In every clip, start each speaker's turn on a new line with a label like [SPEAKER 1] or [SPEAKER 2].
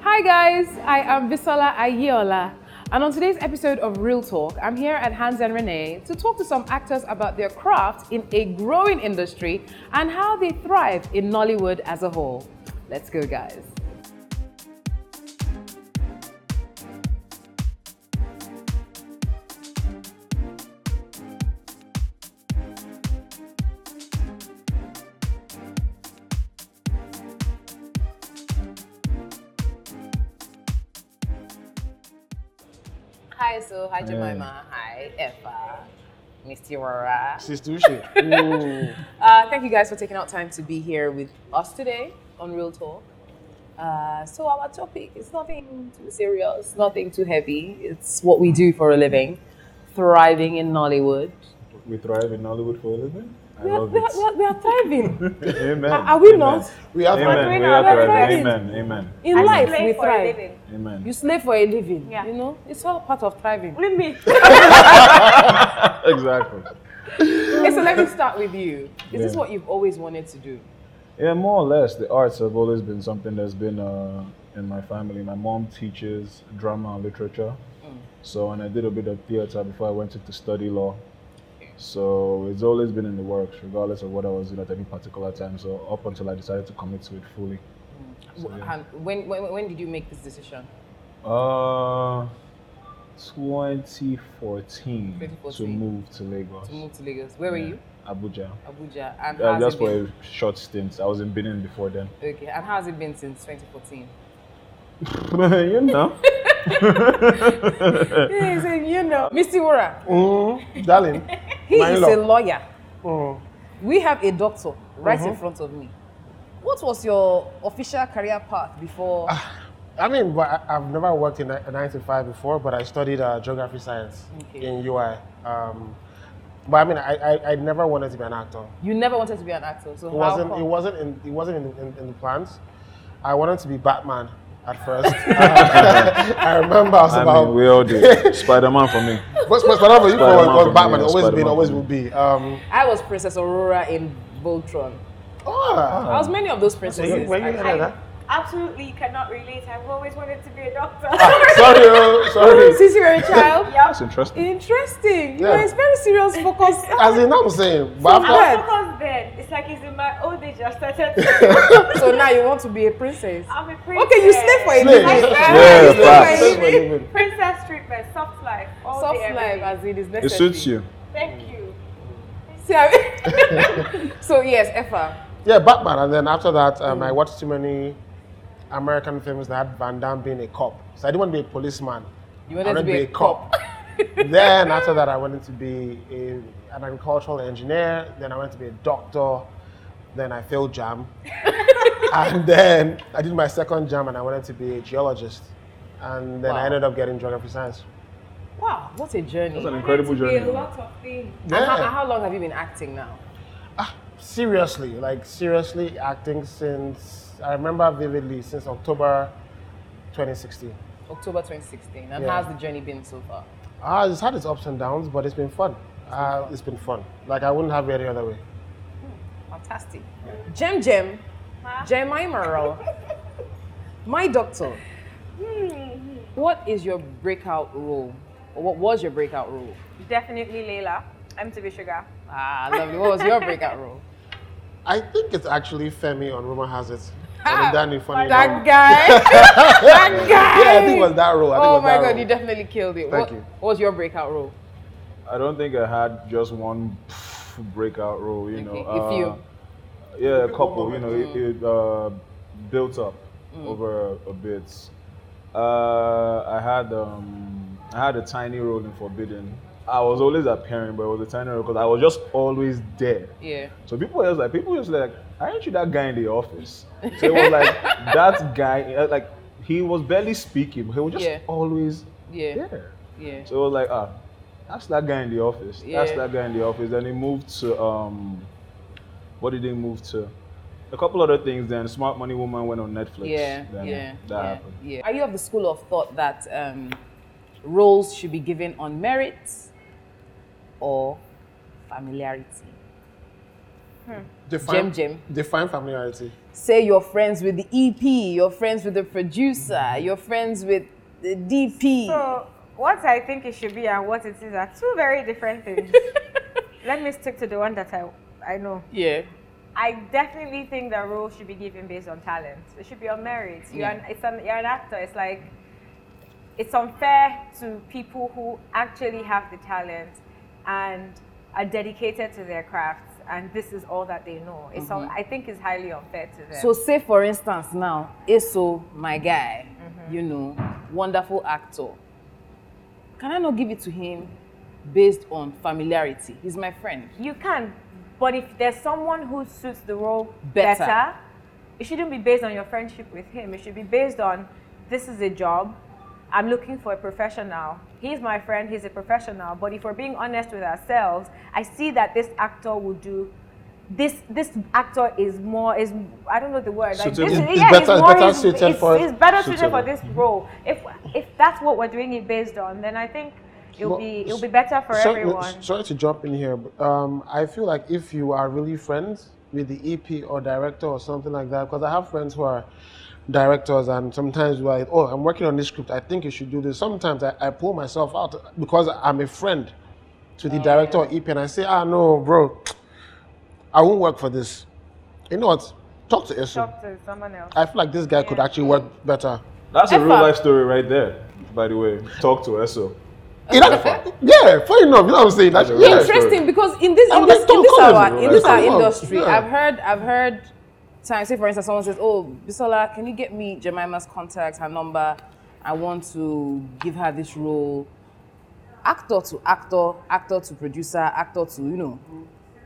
[SPEAKER 1] Hi guys, I am Bisola Ayeola, and on today's episode of Real Talk, I'm here at Hans and Renee to talk to some actors about their craft in a growing industry and how they thrive in Nollywood as a whole. Let's go, guys. Hi, so hi Jemima, hi Effa, Miss Tiwara.
[SPEAKER 2] She's too shit. Ooh.
[SPEAKER 1] Uh, thank you guys for taking out time to be here with us today on Real Talk. Uh, so our topic is nothing too serious, nothing too heavy. It's what we do for a living, thriving in Nollywood.
[SPEAKER 2] we thrive in Hollywood for a living. I
[SPEAKER 1] We are,
[SPEAKER 2] love
[SPEAKER 1] we are, we
[SPEAKER 2] it.
[SPEAKER 1] are, we are thriving.
[SPEAKER 2] Amen.
[SPEAKER 1] Are- are we
[SPEAKER 2] Amen.
[SPEAKER 1] not?
[SPEAKER 2] We are
[SPEAKER 3] Amen.
[SPEAKER 2] thriving.
[SPEAKER 3] We
[SPEAKER 2] We
[SPEAKER 3] are
[SPEAKER 2] are
[SPEAKER 1] thriving.
[SPEAKER 2] thriving. Amen. Amen.
[SPEAKER 1] In life, we
[SPEAKER 3] for a
[SPEAKER 1] thrive.
[SPEAKER 3] living.
[SPEAKER 2] Amen.
[SPEAKER 1] You slave for a living.
[SPEAKER 3] Yeah.
[SPEAKER 1] You know, it's all part of thriving.
[SPEAKER 3] Leave me.
[SPEAKER 2] exactly.
[SPEAKER 1] Okay, so let me start with you. Is this
[SPEAKER 2] Yeah.
[SPEAKER 1] what you've always wanted to do?
[SPEAKER 2] Yeah, more or less. The arts have always been something that's been uh, in my family. My mom teaches drama and literature.
[SPEAKER 1] Mm.
[SPEAKER 2] So, and I did a bit of theater before I went to, to study law. So, it's always been in the works, regardless of what I was doing at any particular time. So, up until I decided to commit to it fully.
[SPEAKER 1] Mm.
[SPEAKER 2] So, yeah.
[SPEAKER 1] And when, when when did you make this decision?
[SPEAKER 2] Uh, 2014 to
[SPEAKER 1] 2014.
[SPEAKER 2] move to Lagos.
[SPEAKER 1] To move to Lagos. Where
[SPEAKER 2] Yeah,
[SPEAKER 1] were you?
[SPEAKER 2] Abuja.
[SPEAKER 1] Abuja. And
[SPEAKER 2] Uh,
[SPEAKER 1] how's
[SPEAKER 2] just
[SPEAKER 1] it
[SPEAKER 2] for
[SPEAKER 1] been?
[SPEAKER 2] a short stint. I was in Benin before then.
[SPEAKER 1] Okay. And how's it been since 2014?
[SPEAKER 2] you know.
[SPEAKER 1] Yes, and you know, Mr. Wora,
[SPEAKER 4] Mm, darling,
[SPEAKER 1] he
[SPEAKER 4] My
[SPEAKER 1] is
[SPEAKER 4] law.
[SPEAKER 1] a lawyer.
[SPEAKER 4] mm,
[SPEAKER 1] We have a doctor right
[SPEAKER 4] Mm-hmm.
[SPEAKER 1] in front of me. What was your official career path before?
[SPEAKER 4] Ah. I mean, but I- I've never worked in a a nine to five before, but I studied uh, geography science
[SPEAKER 1] Okay.
[SPEAKER 4] in UI. Um, but I mean, I, I, I never wanted to be an actor.
[SPEAKER 1] you never wanted to be an actor, so
[SPEAKER 4] It
[SPEAKER 1] how
[SPEAKER 4] wasn't
[SPEAKER 1] come?
[SPEAKER 4] it wasn't in it wasn't in, in, in the plans. I wanted to be Batman at first. I remember I was
[SPEAKER 2] I
[SPEAKER 4] about
[SPEAKER 2] mean, we all did. Spider Man for me.
[SPEAKER 4] but, but, but for you
[SPEAKER 2] Spider-Man
[SPEAKER 4] was, was
[SPEAKER 2] for me,
[SPEAKER 4] Batman.
[SPEAKER 2] yeah,
[SPEAKER 4] always been,
[SPEAKER 2] Spider-Man
[SPEAKER 4] always
[SPEAKER 2] for
[SPEAKER 4] will be. Um,
[SPEAKER 1] I was Princess Aurora in Voltron.
[SPEAKER 4] oh,
[SPEAKER 1] I was many of those princesses.
[SPEAKER 4] were you, were you
[SPEAKER 1] I-
[SPEAKER 4] there,
[SPEAKER 1] I-
[SPEAKER 4] huh?
[SPEAKER 3] Absolutely cannot relate. I've always wanted to be a doctor.
[SPEAKER 2] Ah.
[SPEAKER 4] Sorry, oh, sorry.
[SPEAKER 1] Since you were a child.
[SPEAKER 2] That's interesting.
[SPEAKER 1] Interesting.
[SPEAKER 4] Yeah.
[SPEAKER 1] Yeah. It's very serious focus.
[SPEAKER 4] As in, I'm saying, but after,
[SPEAKER 1] Right.
[SPEAKER 3] I'm focused then. It's like it's in my old age. I started. to-
[SPEAKER 1] so now you want to be a princess.
[SPEAKER 3] I'm a princess.
[SPEAKER 1] Okay, you slave for a
[SPEAKER 4] Slave.
[SPEAKER 1] living. You
[SPEAKER 2] Yeah,
[SPEAKER 1] slave for a
[SPEAKER 2] facts.
[SPEAKER 1] living.
[SPEAKER 3] Princess treatment, soft life. All
[SPEAKER 1] Soft
[SPEAKER 3] day, every
[SPEAKER 1] life
[SPEAKER 3] day.
[SPEAKER 1] as it is necessary.
[SPEAKER 2] It suits you.
[SPEAKER 3] Thank you.
[SPEAKER 1] See, I- so yes, Effa.
[SPEAKER 4] Yeah, Batman. And then after that, um, I watched too many American films that had Van Damme being a cop. So I didn't want to be a policeman.
[SPEAKER 1] You
[SPEAKER 4] I
[SPEAKER 1] wanted to
[SPEAKER 4] wanted
[SPEAKER 1] be a cop.
[SPEAKER 4] then after that, I wanted to be a, an agricultural engineer. Then I wanted to be a doctor. Then I failed jam. and then I did my second jam and I wanted to be a geologist. And then
[SPEAKER 1] Wow.
[SPEAKER 4] I ended up getting geography science.
[SPEAKER 1] Wow, what a journey.
[SPEAKER 2] That's an
[SPEAKER 3] I wanted
[SPEAKER 2] incredible
[SPEAKER 3] to be
[SPEAKER 2] journey.
[SPEAKER 3] A lot of things.
[SPEAKER 1] And how,
[SPEAKER 4] Yeah.
[SPEAKER 1] how long have you been acting now?
[SPEAKER 4] Ah, seriously, like seriously acting since, I remember vividly, since October 2016.
[SPEAKER 1] October 2016. And
[SPEAKER 4] Yeah.
[SPEAKER 1] how's the journey been so far?
[SPEAKER 4] Ah, it's had its ups and downs, but it's been fun. Uh, it's been fun. Like I wouldn't have it any other way.
[SPEAKER 1] Fantastic. Jem Jem,
[SPEAKER 3] Huh?
[SPEAKER 1] Jemima Rao, my doctor. What is your breakout role? Or what was your breakout role?
[SPEAKER 3] Definitely Layla. MTV Sugar.
[SPEAKER 1] Ah, lovely. What was your breakout role?
[SPEAKER 4] I think it's actually Femi on Rumor Has It. on the Danny funny
[SPEAKER 1] That
[SPEAKER 4] Mom.
[SPEAKER 1] guy. that guy.
[SPEAKER 4] Yeah, I think it was that role. I think it
[SPEAKER 1] oh
[SPEAKER 4] was
[SPEAKER 1] my
[SPEAKER 4] that
[SPEAKER 1] god,
[SPEAKER 4] role.
[SPEAKER 1] you definitely killed it. what,
[SPEAKER 4] Thank you.
[SPEAKER 1] what was your breakout role?
[SPEAKER 2] I don't think I had just one pff, breakout role, you know. uh,
[SPEAKER 1] Okay, if you-
[SPEAKER 2] Yeah, a couple, you know, it, it uh, built up
[SPEAKER 1] Mm.
[SPEAKER 2] over a, bit. Uh, I had um, I had a tiny role in Forbidden. I was always appearing, but it was a tiny role because I was just always there.
[SPEAKER 1] Yeah.
[SPEAKER 2] So people were just like, people were just like, aren't you that guy in the office? So it was like that guy, uh, like he was barely speaking, but he was just
[SPEAKER 1] Yeah.
[SPEAKER 2] always
[SPEAKER 1] Yeah.
[SPEAKER 2] there.
[SPEAKER 1] Yeah.
[SPEAKER 2] So it was like, ah, that's that guy in the office. That's
[SPEAKER 1] Yeah.
[SPEAKER 2] that guy in the office. Then he moved to um, what did he move to? A couple other things. Then Smart Money Woman went on Netflix.
[SPEAKER 1] yeah,
[SPEAKER 2] Then
[SPEAKER 1] yeah,
[SPEAKER 2] that
[SPEAKER 1] yeah,
[SPEAKER 2] happened.
[SPEAKER 1] yeah. Are you of the school of thought that um, roles should be given on merit or familiarity?
[SPEAKER 4] Define,
[SPEAKER 1] Gem, gem.
[SPEAKER 4] Define familiarity.
[SPEAKER 1] Say you're friends with the EP, you're friends with the producer, you're friends with the DP.
[SPEAKER 3] So, what I think it should be and what it is are two very different things. Let me stick to the one that I, I know.
[SPEAKER 1] yeah.
[SPEAKER 3] I definitely think that roles should be given based on talent. It should be on merit. You're, an, it's an, you're an actor. It's like, it's unfair to people who actually have the talent and are dedicated to their craft and this is all that they know. It's un- I think it's highly unfair to them.
[SPEAKER 1] So say for instance now, Eso, my guy, you know, wonderful actor. Can I not give it to him based on familiarity? He's my friend.
[SPEAKER 3] You can, but if there's someone who suits the role
[SPEAKER 1] Better.
[SPEAKER 3] better, it shouldn't be based on your friendship with him. It should be based on this is a job. I'm looking for a professional. He's my friend, he's a professional. But if we're being honest with ourselves, I see that this actor will do this this actor is more is I don't know the word like
[SPEAKER 4] Suitable.
[SPEAKER 3] this
[SPEAKER 4] Is- is better-
[SPEAKER 3] it's
[SPEAKER 4] better
[SPEAKER 3] it's-
[SPEAKER 4] suited
[SPEAKER 3] it's-
[SPEAKER 4] for-
[SPEAKER 3] it's better suited
[SPEAKER 4] suitable.
[SPEAKER 3] for this role if if that's what we're doing it based on then I think it'll
[SPEAKER 4] Well,
[SPEAKER 3] be it'll be better for
[SPEAKER 4] sorry, uh,
[SPEAKER 3] everyone
[SPEAKER 4] Sorry to jump in here, but um, I feel like if you are really friends with the EP or director or something like that, because I have friends who are directors and sometimes we're like, oh, I'm working on this script. I think you should do this. Sometimes I, I pull myself out because I'm a friend to
[SPEAKER 3] Oh,
[SPEAKER 4] the director or EP and I say, ah, no, bro, I won't work for this. You know what? Talk to Isu.
[SPEAKER 3] talk to someone else
[SPEAKER 4] I feel like this guy could actually work better.
[SPEAKER 2] That's a real
[SPEAKER 1] Effa.
[SPEAKER 2] life story right there. By the way, talk to Esso.
[SPEAKER 4] You know- yeah, funny enough, you know what I'm saying? That's,
[SPEAKER 2] That's a real
[SPEAKER 4] yeah.
[SPEAKER 2] story.
[SPEAKER 1] Interesting because in this
[SPEAKER 4] I
[SPEAKER 1] in
[SPEAKER 4] would like
[SPEAKER 1] this,
[SPEAKER 4] Tom
[SPEAKER 1] in this
[SPEAKER 4] Collins,
[SPEAKER 1] our
[SPEAKER 2] bro.
[SPEAKER 1] in this
[SPEAKER 2] Like,
[SPEAKER 1] our
[SPEAKER 4] come on.
[SPEAKER 1] industry,
[SPEAKER 4] Yeah.
[SPEAKER 1] I've heard I've heard times. Say for instance, someone says, "Oh, Bisola, can you get me Jemima's contact, her number? I want to give her this role." Actor to actor, actor to producer, actor to you know,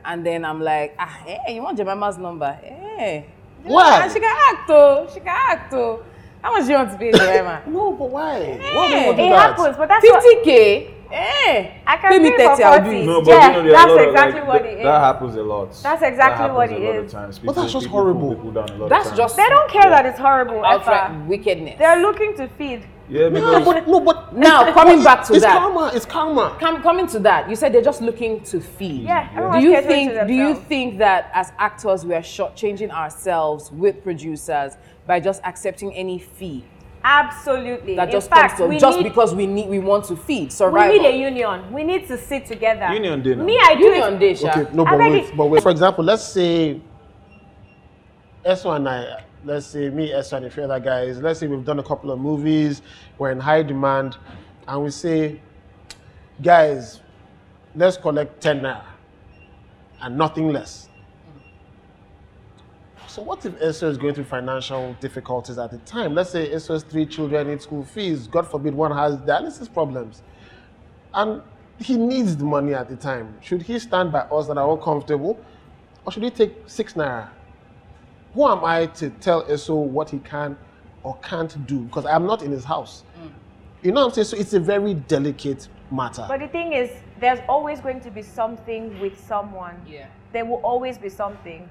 [SPEAKER 1] and then I'm like, ah, hey, you want Jemima's number? Hey,
[SPEAKER 4] Why?
[SPEAKER 1] She can act, oh, she can act, oh. How much do you want to pay Jemima? Eh,
[SPEAKER 4] No, but why? Why do
[SPEAKER 1] Yeah.
[SPEAKER 4] people do
[SPEAKER 3] It
[SPEAKER 4] that?
[SPEAKER 3] happens, but that's what
[SPEAKER 1] 50k. Hey,
[SPEAKER 3] I can
[SPEAKER 1] Eh, pay me
[SPEAKER 3] pay for
[SPEAKER 1] 30, I'll do it.
[SPEAKER 2] No, but
[SPEAKER 3] Yeah,
[SPEAKER 2] you know, there
[SPEAKER 3] that's
[SPEAKER 2] are a lot
[SPEAKER 3] exactly
[SPEAKER 2] of, like,
[SPEAKER 3] what
[SPEAKER 2] th-
[SPEAKER 3] it is.
[SPEAKER 2] That happens a lot.
[SPEAKER 3] That's exactly
[SPEAKER 2] that happens
[SPEAKER 3] what it
[SPEAKER 2] a lot Of
[SPEAKER 3] is.
[SPEAKER 2] times.
[SPEAKER 4] But that's
[SPEAKER 2] People-
[SPEAKER 4] just
[SPEAKER 2] people pull
[SPEAKER 4] horrible.
[SPEAKER 2] people down a lot of
[SPEAKER 1] That's
[SPEAKER 2] times.
[SPEAKER 1] just
[SPEAKER 3] They don't care that it's horrible.
[SPEAKER 1] outright
[SPEAKER 3] Effa.
[SPEAKER 1] wickedness.
[SPEAKER 3] They're looking to feed.
[SPEAKER 2] Yeah,
[SPEAKER 4] No,
[SPEAKER 2] because
[SPEAKER 4] but, no, but
[SPEAKER 1] Now, coming back to
[SPEAKER 4] it's
[SPEAKER 1] that.
[SPEAKER 4] karma. It's karma.
[SPEAKER 1] Come, coming to that, you said they're just looking to feed.
[SPEAKER 3] Yeah,
[SPEAKER 1] Do
[SPEAKER 3] everyone's
[SPEAKER 1] you
[SPEAKER 3] catering
[SPEAKER 1] think?
[SPEAKER 3] to
[SPEAKER 1] Do you
[SPEAKER 3] themselves.
[SPEAKER 1] think that as actors we are shortchanging ourselves with producers by just accepting any fee
[SPEAKER 3] Absolutely.
[SPEAKER 1] that
[SPEAKER 3] In
[SPEAKER 1] just
[SPEAKER 3] fact,
[SPEAKER 1] comes to
[SPEAKER 3] we
[SPEAKER 1] just
[SPEAKER 3] need,
[SPEAKER 1] because we need we want to feed
[SPEAKER 3] we
[SPEAKER 1] survival?
[SPEAKER 3] need a union. We need to sit together.
[SPEAKER 2] Union dinner.
[SPEAKER 3] Me, I do it-
[SPEAKER 1] Union day, Sha.
[SPEAKER 4] Okay, no, but
[SPEAKER 3] I beg
[SPEAKER 4] wait,
[SPEAKER 3] you-
[SPEAKER 4] but wait. For example, let's say Eso and I, let's say me, Eso, and a few other guys, let's say we've done a couple of movies, we're in high demand, and we say, guys, let's collect 10 naira and nothing less. So what if Eso is going through financial difficulties at the time? Let's say Eso has three children, need school fees. God forbid one has dialysis problems. And he needs the money at the time. Should he stand by us that are all comfortable? Or should he take six naira? Who am I to tell Eso what he can or can't do? Because I'm not in his house.
[SPEAKER 1] Mm.
[SPEAKER 4] You know what I'm saying? So it's a very delicate matter.
[SPEAKER 3] But the thing is, there's always going to be something with someone.
[SPEAKER 1] Yeah.
[SPEAKER 3] There will always be something.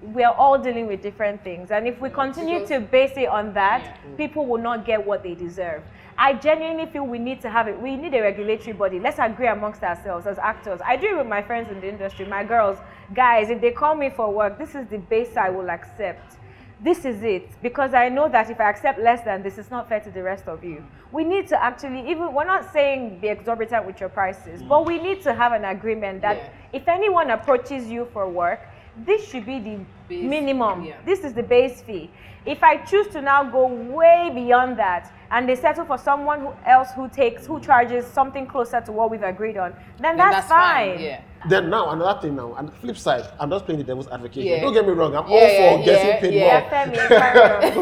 [SPEAKER 3] We are all dealing with different things, and if we continue to base it on that, people will not get what they deserve. I genuinely feel we need to have it. We need a regulatory body. Let's agree amongst ourselves as actors. I do it with my friends in the industry, my girls, guys. If they call me for work, this is the base I will accept this is it because i know that if i accept less than this it's not fair to the rest of you we need to actually even we're not saying be exorbitant with your prices but we need to have an agreement that if anyone approaches you for work this should be the minimum
[SPEAKER 1] yeah.
[SPEAKER 3] this is the base fee if i choose to now go way beyond that and they settle for someone who else who takes who charges something closer to what we've agreed on then,
[SPEAKER 1] Then
[SPEAKER 3] that's, fine,
[SPEAKER 1] Yeah.
[SPEAKER 4] Then now another thing now, and flip side, I'm just playing the devil's advocate. here.
[SPEAKER 1] Yeah.
[SPEAKER 4] Don't get me wrong, I'm
[SPEAKER 1] Yeah,
[SPEAKER 4] all
[SPEAKER 1] yeah,
[SPEAKER 4] for getting
[SPEAKER 1] yeah,
[SPEAKER 4] paid
[SPEAKER 1] yeah.
[SPEAKER 4] more.
[SPEAKER 3] Femi,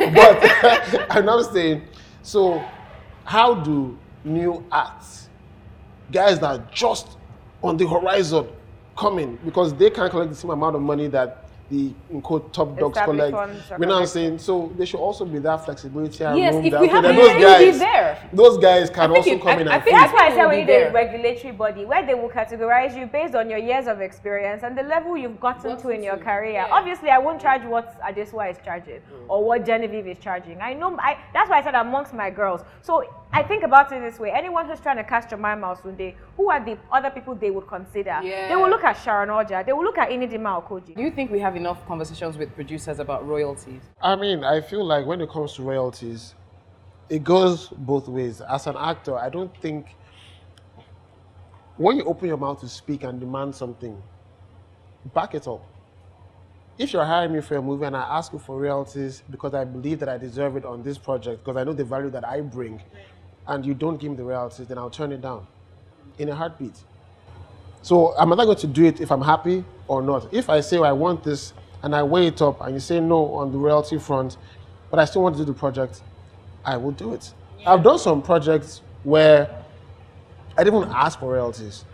[SPEAKER 3] carry on.
[SPEAKER 4] but I'm not saying. So, how do new acts, guys that are just on the horizon, come in because they can't collect the same amount of money that the in quote top dogs
[SPEAKER 3] Established
[SPEAKER 4] collect?
[SPEAKER 3] ones are
[SPEAKER 4] You know what I'm saying?
[SPEAKER 3] collecting.
[SPEAKER 4] So there should also be that flexibility. and
[SPEAKER 1] Yes,
[SPEAKER 4] room
[SPEAKER 1] if
[SPEAKER 4] that,
[SPEAKER 1] we
[SPEAKER 4] okay,
[SPEAKER 1] have
[SPEAKER 4] then
[SPEAKER 1] it,
[SPEAKER 4] those
[SPEAKER 1] it will be
[SPEAKER 4] guys,
[SPEAKER 1] there.
[SPEAKER 4] those guys can
[SPEAKER 1] think
[SPEAKER 4] also
[SPEAKER 1] it-
[SPEAKER 4] come
[SPEAKER 1] I-
[SPEAKER 4] in
[SPEAKER 1] I
[SPEAKER 4] and
[SPEAKER 1] think
[SPEAKER 4] fit.
[SPEAKER 3] That's why I
[SPEAKER 1] Everything
[SPEAKER 3] said
[SPEAKER 1] will
[SPEAKER 3] we
[SPEAKER 1] be
[SPEAKER 3] need a
[SPEAKER 1] there.
[SPEAKER 3] regulatory body where they will categorize you based on your years of experience and the level you've gotten to in your career. Obviously, I won't charge what Adesua is charging or what Genevieve is charging. I know I, that's why I said amongst my girls. So I think about it this way: anyone who's trying to cast Jemima Osunde, who are the other people they would consider?
[SPEAKER 1] Yeah.
[SPEAKER 3] They will look at Sharon Oja. They will look at Inidima Okoji.
[SPEAKER 1] Do you think we have enough conversations with producers about royalties?
[SPEAKER 4] I mean, I feel like when it comes to royalties, it goes both ways. As an actor, I don't think when you open your mouth to speak and demand something, back it up. If you're hiring me for a movie and I ask you for royalties because I believe that I deserve it on this project, because I know the value that I bring, and you don't give me the royalties, then I'll turn it down in a heartbeat. So I'm either going to do it if I'm happy or not. If I say "Oh, I want this and I weigh it up and you say no on the royalty front, but I still want to do the project, I will do it. I've done some projects where I didn't even ask for royalties.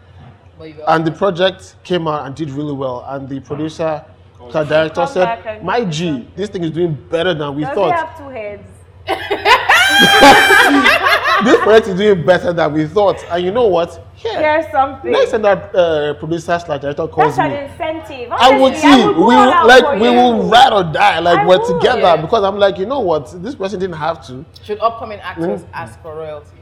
[SPEAKER 1] But you
[SPEAKER 4] And the project came out and did really well. And the producer, the director
[SPEAKER 3] back and-
[SPEAKER 4] said, My G, this thing is doing better than we
[SPEAKER 3] Does he
[SPEAKER 4] thought.
[SPEAKER 3] have two heads?
[SPEAKER 4] This project is doing better than we thought. And you know what? Here,
[SPEAKER 3] Here's something.
[SPEAKER 4] next time that uh, producer slash director calls
[SPEAKER 3] That's an
[SPEAKER 4] me,
[SPEAKER 3] incentive.
[SPEAKER 4] I would
[SPEAKER 3] Honestly,
[SPEAKER 4] see.
[SPEAKER 3] I would
[SPEAKER 4] we
[SPEAKER 3] go all
[SPEAKER 4] will,
[SPEAKER 3] out
[SPEAKER 4] like
[SPEAKER 3] for
[SPEAKER 4] we
[SPEAKER 3] you.
[SPEAKER 4] will ride or die. Like
[SPEAKER 3] I
[SPEAKER 4] we're
[SPEAKER 3] would.
[SPEAKER 4] together
[SPEAKER 3] Yeah.
[SPEAKER 4] because I'm like, you know what? This person didn't have to.
[SPEAKER 1] Should upcoming actors
[SPEAKER 4] mm-hmm.
[SPEAKER 1] ask for royalties?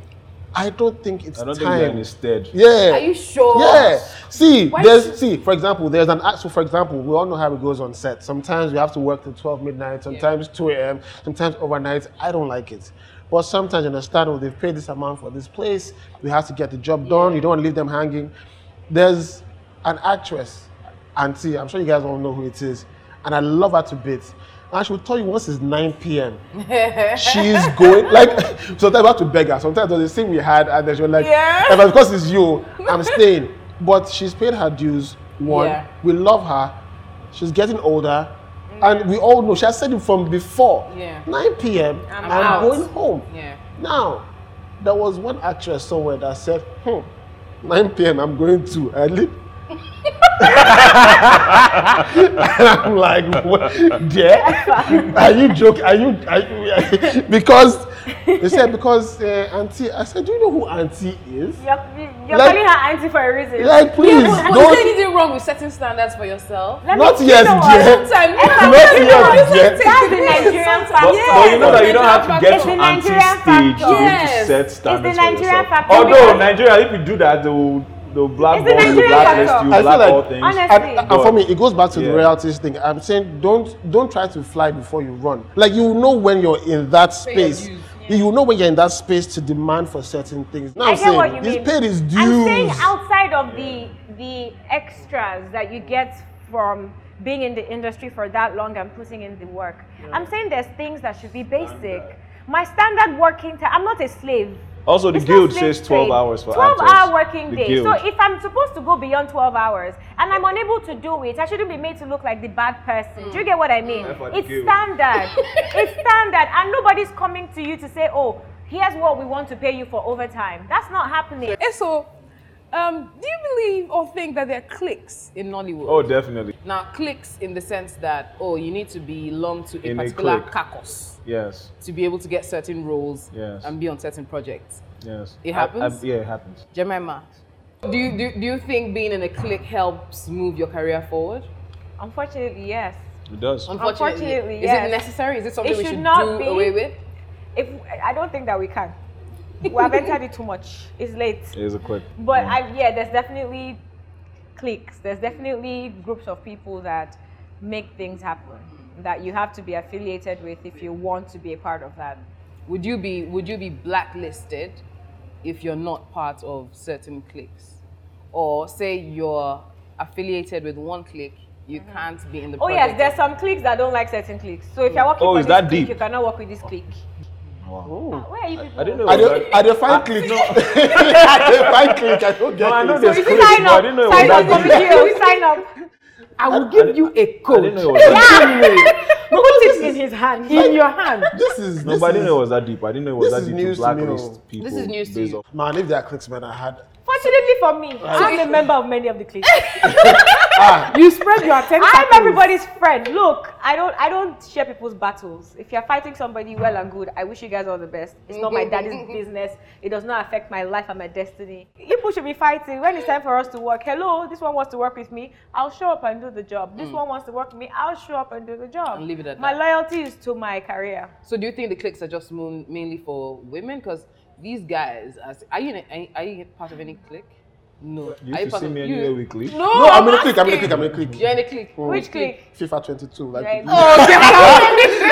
[SPEAKER 4] I don't think it's
[SPEAKER 2] I don't think they're
[SPEAKER 4] time.
[SPEAKER 2] in his stead.
[SPEAKER 4] yeah.
[SPEAKER 1] Are you sure?
[SPEAKER 4] Yeah. See,
[SPEAKER 1] Why
[SPEAKER 4] there's
[SPEAKER 1] should-
[SPEAKER 4] see, for example, there's an act. So, for example, we all know how it goes on set. Sometimes we have to work till 12 midnight, sometimes 2 a.m., sometimes overnight. I don't like it. But sometimes you understand, oh, they've paid this amount for this place. We have to get the job done. You don't want to leave them hanging. There's an actress, Auntie, I'm sure you guys all know who it is. And I love her to bits. And she will tell you once it's 9 p.m. she's going like sometimes I have to beg her. Sometimes there's a thing we had and then she was like,
[SPEAKER 1] Yeah.
[SPEAKER 4] "Eva, because it's you, I'm staying. But she's paid her dues. One,
[SPEAKER 1] Yeah.
[SPEAKER 4] we love her. She's getting older. And we all know she has said it from before.
[SPEAKER 1] Mm. Yeah.
[SPEAKER 4] 9 p.m.
[SPEAKER 3] I'm
[SPEAKER 4] I'm,
[SPEAKER 3] out.
[SPEAKER 4] going home.
[SPEAKER 1] Yeah.
[SPEAKER 4] Now, there was one actress somewhere that said, hmm, 9 p.m. I'm going to. I leave. and I'm like, what? Yeah? Are you joking? Are you? Are you because they said because uh, auntie. I said, do you know who auntie is?
[SPEAKER 3] You're, you're
[SPEAKER 4] Like-
[SPEAKER 3] calling her auntie for a reason.
[SPEAKER 4] Like, please
[SPEAKER 1] But is there
[SPEAKER 4] don't.
[SPEAKER 1] anything wrong with setting standards for yourself?
[SPEAKER 3] Let me-
[SPEAKER 4] Not
[SPEAKER 3] you
[SPEAKER 4] yet,
[SPEAKER 3] know what?
[SPEAKER 4] dear.
[SPEAKER 1] Sometimes,
[SPEAKER 4] Not yet, dear.
[SPEAKER 3] That's the Nigerian
[SPEAKER 2] But,
[SPEAKER 3] factor.
[SPEAKER 2] but you know that you don't have
[SPEAKER 1] It's
[SPEAKER 2] to get
[SPEAKER 3] the
[SPEAKER 2] to anti stage
[SPEAKER 3] Nigerian
[SPEAKER 2] to be able
[SPEAKER 1] factor.
[SPEAKER 2] to set standards for
[SPEAKER 3] Nigerian
[SPEAKER 2] yourself.
[SPEAKER 3] factor
[SPEAKER 2] Although
[SPEAKER 3] because-
[SPEAKER 2] Nigeria, if you do that, they will they'll blackball
[SPEAKER 3] It's the
[SPEAKER 2] you,
[SPEAKER 3] Nigerian
[SPEAKER 2] blacklist
[SPEAKER 3] factor.
[SPEAKER 2] you,
[SPEAKER 4] I feel
[SPEAKER 2] black all
[SPEAKER 4] like-
[SPEAKER 2] things.
[SPEAKER 3] Honest-
[SPEAKER 4] And, and for me, it goes back to the
[SPEAKER 2] Yeah.
[SPEAKER 4] royalties thing. I'm saying don't don't try to fly before you run. Like you know when you're in that
[SPEAKER 1] your
[SPEAKER 4] space.
[SPEAKER 1] dues,
[SPEAKER 4] You know when you're in that space to demand for certain things. Now
[SPEAKER 3] I
[SPEAKER 4] I'm
[SPEAKER 3] get what you
[SPEAKER 4] saying
[SPEAKER 3] mean.
[SPEAKER 4] he's paid his dues.
[SPEAKER 3] I'm saying outside of the the extras that you get from being in the industry for that long and putting in the work. I'm saying there's things that should be basic. My standard working time. I'm not a slave.
[SPEAKER 2] Also, the
[SPEAKER 3] It's not
[SPEAKER 2] guild
[SPEAKER 3] slave
[SPEAKER 2] says 12
[SPEAKER 3] trade.
[SPEAKER 2] hours for
[SPEAKER 3] 12
[SPEAKER 2] actors.
[SPEAKER 3] hour working
[SPEAKER 2] The
[SPEAKER 3] day.
[SPEAKER 2] guild.
[SPEAKER 3] So if I'm supposed to go beyond 12 hours and I'm unable to do it, I shouldn't be made to look like the bad person. Do you get what I mean?
[SPEAKER 2] F at the
[SPEAKER 3] It's
[SPEAKER 2] guild.
[SPEAKER 3] standard. it's standard. And nobody's coming to you to say, oh, here's what we want to pay you for overtime. That's not happening.
[SPEAKER 1] And so, um, do you believe or think that there are cliques in Nollywood?
[SPEAKER 2] Oh, definitely.
[SPEAKER 1] Now, cliques in the sense that, oh, you need to belong to a
[SPEAKER 2] In a
[SPEAKER 1] particular
[SPEAKER 2] clique.
[SPEAKER 1] caucus
[SPEAKER 2] Yes,
[SPEAKER 1] to be able to get certain roles
[SPEAKER 2] Yes.
[SPEAKER 1] and be on certain projects.
[SPEAKER 2] yes.
[SPEAKER 1] It
[SPEAKER 2] I-
[SPEAKER 1] happens?
[SPEAKER 2] I- yeah, it happens.
[SPEAKER 1] Jemima, do you, do, do you think being in a clique helps move your career forward?
[SPEAKER 3] Unfortunately, yes.
[SPEAKER 2] It does.
[SPEAKER 3] Unfortunately,
[SPEAKER 1] is
[SPEAKER 3] yes.
[SPEAKER 1] it necessary? Is it something we
[SPEAKER 3] should
[SPEAKER 1] should do
[SPEAKER 3] not be.
[SPEAKER 1] away with?
[SPEAKER 3] If I don't think that we can. We have entered it too much. It's late.
[SPEAKER 2] It is a Mm. quick.
[SPEAKER 3] But
[SPEAKER 2] yeah.
[SPEAKER 3] I yeah, there's definitely cliques. There's definitely groups of people that make things happen that you have to be affiliated with if you want to be a part of that.
[SPEAKER 1] Would you be would you be blacklisted if you're not part of certain cliques? Or say you're affiliated with one clique, you can't be in the
[SPEAKER 3] Oh
[SPEAKER 1] project.
[SPEAKER 3] yes, there's some cliques that don't like certain cliques. So if you're working
[SPEAKER 2] Oh,
[SPEAKER 3] for
[SPEAKER 2] is
[SPEAKER 3] this
[SPEAKER 2] that
[SPEAKER 3] clique,
[SPEAKER 2] deep?
[SPEAKER 3] you cannot work with this clique.
[SPEAKER 2] Wow.
[SPEAKER 3] Where are you people? Oh,
[SPEAKER 2] I didn't know.
[SPEAKER 4] I
[SPEAKER 2] it was
[SPEAKER 4] don't,
[SPEAKER 2] that-
[SPEAKER 4] I don't find click. I don't find click. I don't get
[SPEAKER 2] No, I know
[SPEAKER 4] it.
[SPEAKER 2] there's
[SPEAKER 3] If
[SPEAKER 2] cliques,
[SPEAKER 3] you sign
[SPEAKER 2] but I
[SPEAKER 3] up,
[SPEAKER 2] didn't know it was
[SPEAKER 3] sign up for
[SPEAKER 2] that deep.
[SPEAKER 3] video, sign up.
[SPEAKER 1] I will give
[SPEAKER 2] didn't-
[SPEAKER 1] you a
[SPEAKER 2] I
[SPEAKER 1] code
[SPEAKER 2] didn't know it was that deep.
[SPEAKER 3] Put it in his hand.
[SPEAKER 1] in your hand.
[SPEAKER 4] This is
[SPEAKER 2] No,
[SPEAKER 4] this
[SPEAKER 2] but I
[SPEAKER 4] is,
[SPEAKER 2] didn't know it was that deep. I didn't know it was
[SPEAKER 4] this
[SPEAKER 2] that
[SPEAKER 4] is
[SPEAKER 2] deep
[SPEAKER 4] news
[SPEAKER 2] to
[SPEAKER 4] to
[SPEAKER 2] blacklist
[SPEAKER 4] me, oh.
[SPEAKER 2] people.
[SPEAKER 1] This is news to
[SPEAKER 2] based
[SPEAKER 1] you.
[SPEAKER 2] off-
[SPEAKER 4] man. If there are clicks, man, I had
[SPEAKER 3] Fortunately for me, I'm a member of many of the cliques.
[SPEAKER 1] You spread your attention.
[SPEAKER 3] Ah. I'm everybody's friend. Look, I don't I don't share people's battles. If you're fighting somebody well and good, I wish you guys all the best. It's not my daddy's business. It does not affect my life and my destiny. Mm-hmm. People should be fighting. When it's time for us to work, hello, this one wants to work with me, I'll show up and do the job. This one wants to work with me, I'll show up and do the job.
[SPEAKER 1] And leave it at
[SPEAKER 3] my
[SPEAKER 1] that.
[SPEAKER 3] loyalty is to my career.
[SPEAKER 1] So do you think the cliques are just moon- mainly for women? Because these guys are, s- are you in a, are you- are you part of any clique? No.
[SPEAKER 2] You
[SPEAKER 1] are
[SPEAKER 2] used to
[SPEAKER 1] part
[SPEAKER 2] see
[SPEAKER 1] of-
[SPEAKER 2] me
[SPEAKER 1] you-
[SPEAKER 2] anywhere Oh, weekly.
[SPEAKER 1] No,
[SPEAKER 4] No, I'm in a click.
[SPEAKER 1] clique.
[SPEAKER 4] I'm in a click. I'm in a click.
[SPEAKER 1] You're in a clique.
[SPEAKER 3] Which clique?
[SPEAKER 4] FIFA 22. Like,
[SPEAKER 3] Right.
[SPEAKER 1] Oh, get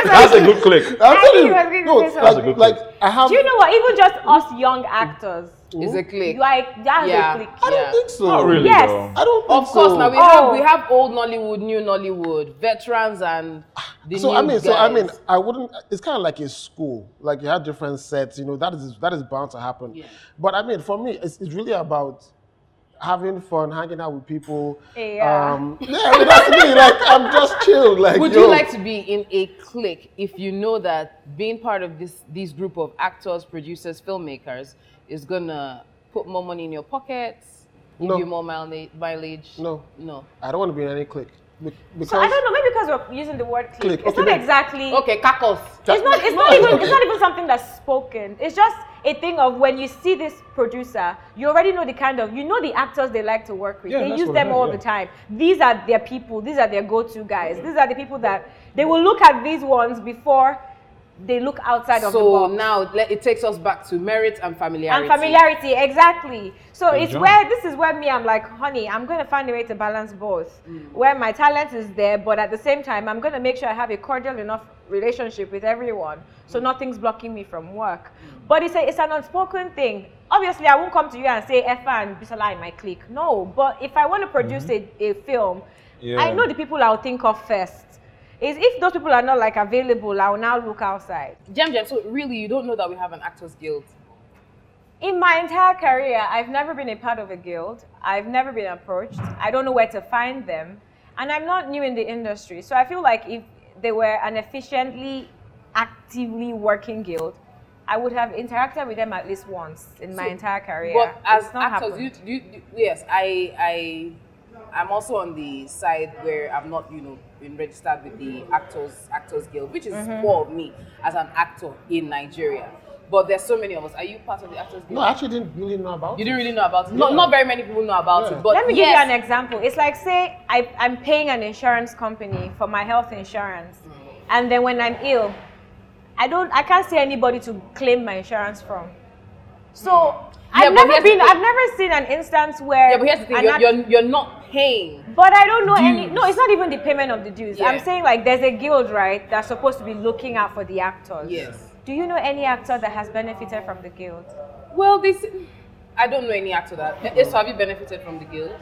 [SPEAKER 1] out.
[SPEAKER 2] That's a good click.
[SPEAKER 4] I'm telling you.
[SPEAKER 3] I think
[SPEAKER 4] No,
[SPEAKER 3] it's
[SPEAKER 2] That's a good
[SPEAKER 4] like, like I
[SPEAKER 1] Um,
[SPEAKER 4] have.
[SPEAKER 3] Do you know what? Even just us young actors,
[SPEAKER 1] It's a clique.
[SPEAKER 3] like that's
[SPEAKER 1] Yeah.
[SPEAKER 3] a clique.
[SPEAKER 4] I don't
[SPEAKER 1] Yeah.
[SPEAKER 4] think so.
[SPEAKER 2] Not really
[SPEAKER 3] Yes.
[SPEAKER 2] though.
[SPEAKER 4] I don't think
[SPEAKER 1] Of course,
[SPEAKER 4] so.
[SPEAKER 1] now we
[SPEAKER 3] Oh.
[SPEAKER 1] have we have old Nollywood, new Nollywood, veterans and the
[SPEAKER 4] so
[SPEAKER 1] new
[SPEAKER 4] I mean, so I mean,
[SPEAKER 1] guys.
[SPEAKER 4] I wouldn't. It's kind of like in school, like you have different sets. You know, that is that is bound to happen. But I mean, for me, it's, it's really about having fun, hanging out with people.
[SPEAKER 3] Yeah.
[SPEAKER 4] Um, yeah, I mean, that's me. Like I'm just chilled. Like
[SPEAKER 1] Would
[SPEAKER 4] yo,
[SPEAKER 1] you like to be in a clique if you know that being part of this these group of actors, producers, filmmakers is gonna put more money in your pockets, give
[SPEAKER 4] No.
[SPEAKER 1] you more mileage? mileage?
[SPEAKER 4] No.
[SPEAKER 1] no.
[SPEAKER 4] I don't want to be in any clique be- because
[SPEAKER 3] So I don't know. Maybe because we're using the word
[SPEAKER 4] Clique,
[SPEAKER 3] clique, it's
[SPEAKER 4] okay,
[SPEAKER 3] not
[SPEAKER 4] then.
[SPEAKER 3] exactly.
[SPEAKER 1] Okay, cacos.
[SPEAKER 3] It's not. It's not even. It's not even something that's spoken. It's just a thing of when you see this producer, you already know the kind of. You know the actors they like to work with.
[SPEAKER 2] Yeah,
[SPEAKER 3] they
[SPEAKER 2] that's
[SPEAKER 3] use
[SPEAKER 2] what I
[SPEAKER 3] them
[SPEAKER 2] meant,
[SPEAKER 3] all
[SPEAKER 2] yeah.
[SPEAKER 3] the time. These are their people. These are their go-to guys. These are the people that they will look at these ones before they look outside of the
[SPEAKER 1] So
[SPEAKER 3] box.
[SPEAKER 1] now let, it takes us back to merit and familiarity.
[SPEAKER 3] and familiarity exactly so
[SPEAKER 2] Good
[SPEAKER 3] it's
[SPEAKER 2] job.
[SPEAKER 3] where this is where me i'm like honey i'm going to find a way to balance both
[SPEAKER 2] Mm.
[SPEAKER 3] where my talent is there but at the same time i'm going to make sure i have a cordial enough relationship with everyone
[SPEAKER 2] Mm.
[SPEAKER 3] so nothing's blocking me from work but it's a, it's an unspoken thing obviously i won't come to you and say Effa and bisola in my clique no but if i want to produce a, a film i
[SPEAKER 2] Mm-hmm. Yeah.
[SPEAKER 3] know the people i'll think of first is if those people are not like available i'll now look outside
[SPEAKER 1] Gem Gem. So really, you don't know that we have an actors guild.
[SPEAKER 3] In my entire career, I've never been a part of a guild. I've never been approached. I don't know where to find them. And I'm not new in the industry. So I feel like if they were an efficiently, actively working guild, I would have interacted with them at least once in my
[SPEAKER 1] So-
[SPEAKER 3] entire career.
[SPEAKER 1] But as
[SPEAKER 3] It's not
[SPEAKER 1] actors, you,
[SPEAKER 3] happened.
[SPEAKER 1] you, you, yes, I, I, I'm also on the side where I'm not, you know, been registered with the Actors Actors Guild, which is
[SPEAKER 3] Mm-hmm.
[SPEAKER 1] for me as an actor in Nigeria. But there's so many of us. Are you part of the Actors Guild?
[SPEAKER 4] No, I actually didn't really know about.
[SPEAKER 1] you
[SPEAKER 4] it.
[SPEAKER 1] didn't really know about it. Not,
[SPEAKER 4] Yeah.
[SPEAKER 1] not very many people know about
[SPEAKER 4] Yeah.
[SPEAKER 1] it. But
[SPEAKER 3] Let me
[SPEAKER 1] yes,
[SPEAKER 3] give you an example. It's like say I, I'm paying an insurance company for my health insurance, and then when I'm ill, I don't I can't see anybody to claim my insurance from. So
[SPEAKER 1] but
[SPEAKER 3] I've never
[SPEAKER 1] here's the
[SPEAKER 3] been
[SPEAKER 1] thing.
[SPEAKER 3] I've never seen an instance where
[SPEAKER 1] Yeah, but here's the thing:
[SPEAKER 3] an
[SPEAKER 1] you're,
[SPEAKER 3] act-
[SPEAKER 1] you're, you're not paying.
[SPEAKER 3] but I don't know any.
[SPEAKER 1] dues.
[SPEAKER 3] No, it's not even the payment of the dues. I'm
[SPEAKER 1] Yeah.
[SPEAKER 3] saying like there's a guild right that's supposed to be looking out for the actors.
[SPEAKER 1] Yes.
[SPEAKER 3] Do you know any actor that has benefited from the guild?
[SPEAKER 1] Well, this. I don't know any actor that. Eh, So have you benefited from the guild?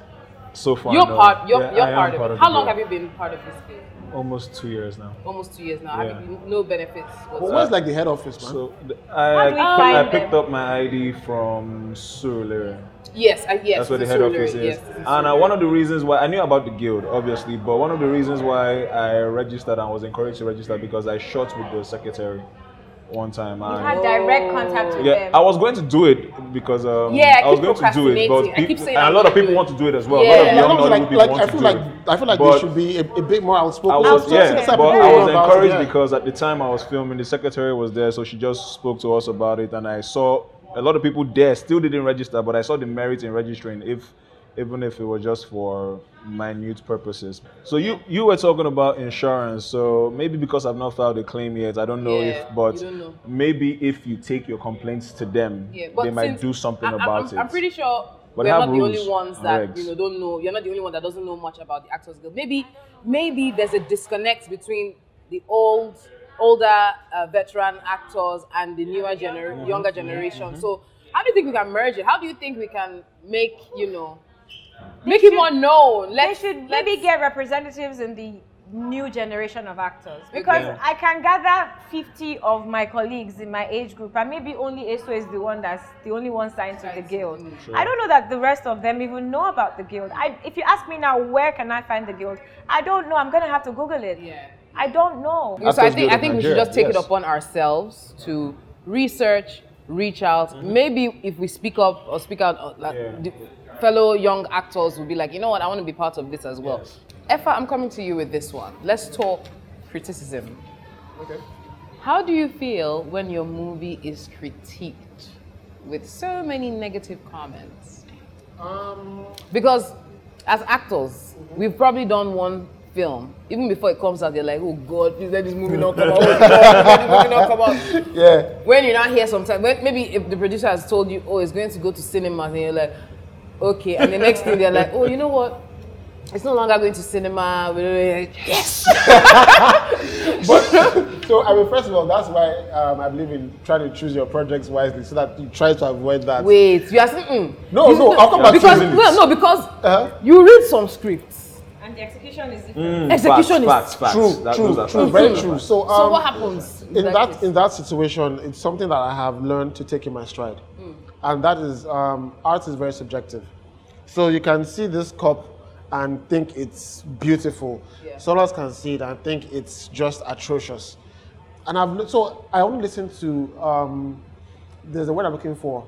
[SPEAKER 2] So far,
[SPEAKER 1] You're
[SPEAKER 2] no.
[SPEAKER 1] part. You're,
[SPEAKER 2] Yeah, I
[SPEAKER 1] you're
[SPEAKER 2] am
[SPEAKER 1] part of it.
[SPEAKER 2] the
[SPEAKER 1] How long
[SPEAKER 2] guild.
[SPEAKER 1] have you been part of this guild?
[SPEAKER 2] Almost two years now.
[SPEAKER 1] almost two years now.
[SPEAKER 2] Yeah.
[SPEAKER 1] Having no benefits.
[SPEAKER 4] But
[SPEAKER 1] whatsoever.
[SPEAKER 4] where's like the head office, man?
[SPEAKER 2] So th-
[SPEAKER 3] How
[SPEAKER 2] I,
[SPEAKER 3] do we find
[SPEAKER 2] I picked
[SPEAKER 3] them?
[SPEAKER 2] up my ID from Surulere.
[SPEAKER 1] Yes, I yes.
[SPEAKER 2] That's where the
[SPEAKER 1] it's
[SPEAKER 2] head
[SPEAKER 1] Surulere,
[SPEAKER 2] office is.
[SPEAKER 1] yes, it's
[SPEAKER 2] And uh,
[SPEAKER 1] Surulere.
[SPEAKER 2] one of the reasons why I knew about the guild, obviously, but one of the reasons why I registered and was encouraged to register because I shot with the secretary one time.
[SPEAKER 3] You
[SPEAKER 2] And
[SPEAKER 1] Oh.
[SPEAKER 3] had direct contact with
[SPEAKER 2] yeah,
[SPEAKER 3] them.
[SPEAKER 2] I was going to do it because um,
[SPEAKER 1] Yeah, I
[SPEAKER 2] I was
[SPEAKER 1] keep
[SPEAKER 2] going to do it, but
[SPEAKER 1] procrastinating. I keep
[SPEAKER 2] people-
[SPEAKER 1] saying
[SPEAKER 2] and
[SPEAKER 1] I'm
[SPEAKER 2] a lot
[SPEAKER 1] gonna
[SPEAKER 2] of people
[SPEAKER 1] do
[SPEAKER 2] want to do it as well.
[SPEAKER 1] Yeah.
[SPEAKER 2] A lot of
[SPEAKER 1] Yeah,
[SPEAKER 2] young
[SPEAKER 4] Like,
[SPEAKER 2] Nollywood
[SPEAKER 4] like,
[SPEAKER 2] people
[SPEAKER 4] like,
[SPEAKER 2] want
[SPEAKER 4] I
[SPEAKER 2] to
[SPEAKER 4] feel
[SPEAKER 2] do
[SPEAKER 4] like
[SPEAKER 2] it.
[SPEAKER 4] I feel like
[SPEAKER 2] But-
[SPEAKER 4] they should be a, a bit more outspoken.
[SPEAKER 2] I was,
[SPEAKER 3] Outsourcing
[SPEAKER 2] yeah,
[SPEAKER 3] it.
[SPEAKER 2] but I
[SPEAKER 3] Yeah.
[SPEAKER 4] About
[SPEAKER 2] was
[SPEAKER 4] it,
[SPEAKER 2] encouraged
[SPEAKER 4] yeah.
[SPEAKER 2] because at the time I was filming, the secretary was there, so she just spoke to us about it, and I saw a lot of people there still didn't register, but I saw the merit in registering, if even if it was just for minute purposes. So you you were talking about insurance, so maybe because I've not filed a claim yet, I don't know
[SPEAKER 1] Yeah,
[SPEAKER 2] if, but
[SPEAKER 1] you don't know.
[SPEAKER 2] maybe if you take your complaints to them,
[SPEAKER 1] Yeah, but
[SPEAKER 2] they might
[SPEAKER 1] since-
[SPEAKER 2] do something
[SPEAKER 1] I- I'm-
[SPEAKER 2] about
[SPEAKER 1] I'm,
[SPEAKER 2] it.
[SPEAKER 1] I'm pretty sure
[SPEAKER 2] But
[SPEAKER 1] we're
[SPEAKER 2] have
[SPEAKER 1] not the only
[SPEAKER 2] rules
[SPEAKER 1] ones
[SPEAKER 2] and
[SPEAKER 1] that
[SPEAKER 2] regs.
[SPEAKER 1] you know don't know. You're not the only one that doesn't know much about the Actors Guild. Maybe maybe there's a disconnect between the old older uh, veteran actors and the newer gener-
[SPEAKER 3] Mm-hmm.
[SPEAKER 1] younger generation. So how do you think we can merge it? How do you think we can make you know make it more known?
[SPEAKER 3] they
[SPEAKER 1] Let's-
[SPEAKER 3] should
[SPEAKER 1] let's-
[SPEAKER 3] maybe get representatives in the new generation of actors because
[SPEAKER 2] Yeah.
[SPEAKER 3] I can gather 50 of my colleagues in my age group, and maybe only Eso is the one that's the only one signed to the guild. I don't know that the rest of them even know about the guild. I, if you ask me now, where can I find the guild? I don't know. I'm gonna have to Google it.
[SPEAKER 1] Yeah.
[SPEAKER 3] I don't know.
[SPEAKER 1] No, so I
[SPEAKER 2] Actors
[SPEAKER 1] think
[SPEAKER 2] Guild
[SPEAKER 1] I
[SPEAKER 2] of
[SPEAKER 1] think we should
[SPEAKER 2] Nigeria,
[SPEAKER 1] just take it
[SPEAKER 2] yes.
[SPEAKER 1] upon ourselves to research, reach out. Maybe if we speak up or speak out, uh, like,
[SPEAKER 2] Yeah.
[SPEAKER 1] the fellow young actors will be like, you know what, I want to be part of this as well. Effa, I'm coming to you with this one. Let's talk criticism.
[SPEAKER 4] Okay.
[SPEAKER 1] How do you feel when your movie is critiqued with so many negative comments?
[SPEAKER 4] Um,
[SPEAKER 1] Because as actors, we've probably done one film, even before it comes out, they're like, oh God, please let this movie not come out. Oh God, let this movie not come out.
[SPEAKER 4] Yeah.
[SPEAKER 1] When you're not here sometimes, when, maybe if the producer has told you, oh, it's going to go to cinemas, and you're like, okay. And the next thing they're like, oh, you know what? It's no longer going to cinema. Yes!
[SPEAKER 4] But so I mean, first of all, that's why um, I believe in trying to choose your projects wisely, so that you try to avoid that.
[SPEAKER 1] Wait, you are saying, mm.
[SPEAKER 4] No,
[SPEAKER 1] You-
[SPEAKER 4] no, I'll come back to
[SPEAKER 1] because,
[SPEAKER 4] you in
[SPEAKER 1] Well,
[SPEAKER 4] minutes.
[SPEAKER 1] no, because
[SPEAKER 4] Uh-huh.
[SPEAKER 1] you read some scripts.
[SPEAKER 5] And the execution is different.
[SPEAKER 1] Execution is-
[SPEAKER 6] Hmm. facts, facts,
[SPEAKER 4] True,
[SPEAKER 6] facts. That-
[SPEAKER 4] true,
[SPEAKER 6] those are
[SPEAKER 4] true,
[SPEAKER 6] facts.
[SPEAKER 4] very
[SPEAKER 6] Those are
[SPEAKER 4] true.
[SPEAKER 6] facts.
[SPEAKER 4] So, um,
[SPEAKER 1] so what happens?
[SPEAKER 4] in
[SPEAKER 1] exactly?
[SPEAKER 4] that in that situation it's something that i have learned to take in my stride and that is um, art is very subjective so you can see this cup and think it's beautiful Someone can see it and think it's just atrocious and i've li- so i only listen to um, there's a word i'm looking for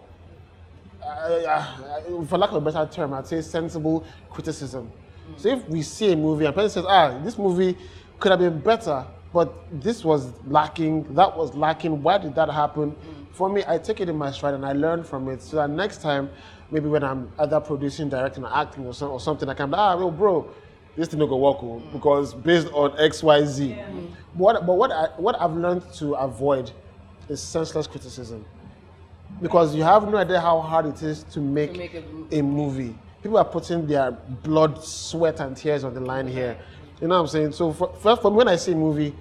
[SPEAKER 4] I- I- Uh, for lack of a better term, I'd say sensible criticism. So if we see a movie and person says, ah, this movie could have been better, but this was lacking, that was lacking, why did that happen? For me, I take it in my stride and I learn from it so that next time, maybe when I'm either producing, directing, or acting or, some, or something, I can be ah, well, bro, this thing no go work oh, because based on X, Y, Z. What, but what, I, what I've learned to avoid is senseless criticism because you have no idea how hard it is to make,
[SPEAKER 1] make a
[SPEAKER 4] a, movie. People are putting their blood, sweat, and tears on the line here. You know what I'm saying? So, for, first, for me, when I see a movie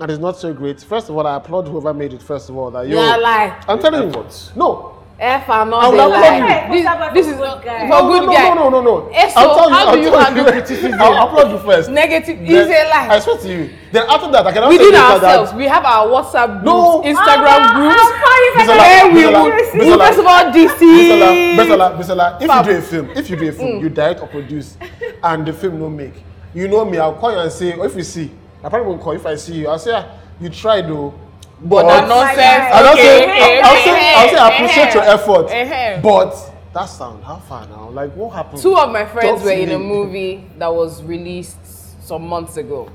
[SPEAKER 4] and it's not so great, first of all, I applaud whoever made it. First of all, that yo,
[SPEAKER 1] Yeah, lie.
[SPEAKER 4] I'm telling you,
[SPEAKER 6] Efforts.
[SPEAKER 4] no,
[SPEAKER 1] F are not
[SPEAKER 4] I would
[SPEAKER 1] they
[SPEAKER 4] have
[SPEAKER 1] lie.
[SPEAKER 4] loved
[SPEAKER 5] you. Christopher
[SPEAKER 1] This,
[SPEAKER 5] is a
[SPEAKER 1] this is
[SPEAKER 5] good
[SPEAKER 1] for
[SPEAKER 5] guy.
[SPEAKER 4] no,
[SPEAKER 1] good
[SPEAKER 4] no,
[SPEAKER 1] guy.
[SPEAKER 4] no, no, no, no.
[SPEAKER 1] Eh, so
[SPEAKER 4] I'll tell you,
[SPEAKER 1] how
[SPEAKER 4] I'll
[SPEAKER 1] do you
[SPEAKER 4] tell
[SPEAKER 1] handle criticism?
[SPEAKER 4] I'll applaud you first.
[SPEAKER 1] Negative
[SPEAKER 4] Then-
[SPEAKER 1] is a
[SPEAKER 4] I
[SPEAKER 1] lie.
[SPEAKER 4] swear to you. Then after that, I can
[SPEAKER 1] We
[SPEAKER 4] also
[SPEAKER 1] did
[SPEAKER 4] later that-
[SPEAKER 1] ourselves. We have our WhatsApp groups,
[SPEAKER 4] No.
[SPEAKER 1] Instagram
[SPEAKER 5] Ah,
[SPEAKER 1] groups.
[SPEAKER 5] I'll call you
[SPEAKER 4] Bisola,
[SPEAKER 1] where we
[SPEAKER 4] Bisola,
[SPEAKER 1] would,
[SPEAKER 4] Bisola.
[SPEAKER 1] first of all,
[SPEAKER 4] Bisola,
[SPEAKER 1] DC.
[SPEAKER 4] Bisola, Bisola, if you do a film, if you do a
[SPEAKER 1] Mm.
[SPEAKER 4] film, you direct or produce, and the film no make, you know me, I'll call you and say, or if you see, I probably won't call. If I see you, I'll say, "Ah, you tried though.
[SPEAKER 1] But that nonsense.
[SPEAKER 4] I'll not say,
[SPEAKER 1] okay,
[SPEAKER 4] I'll, I'll
[SPEAKER 1] okay,
[SPEAKER 4] say, I'll say, I appreciate your
[SPEAKER 1] eh,
[SPEAKER 4] effort,
[SPEAKER 1] eh, eh.
[SPEAKER 4] but that sound, how far now? Like, what happened?
[SPEAKER 1] Two of my friends
[SPEAKER 4] Talk
[SPEAKER 1] were
[SPEAKER 4] to
[SPEAKER 1] in a
[SPEAKER 4] me.
[SPEAKER 1] movie that was released some months ago.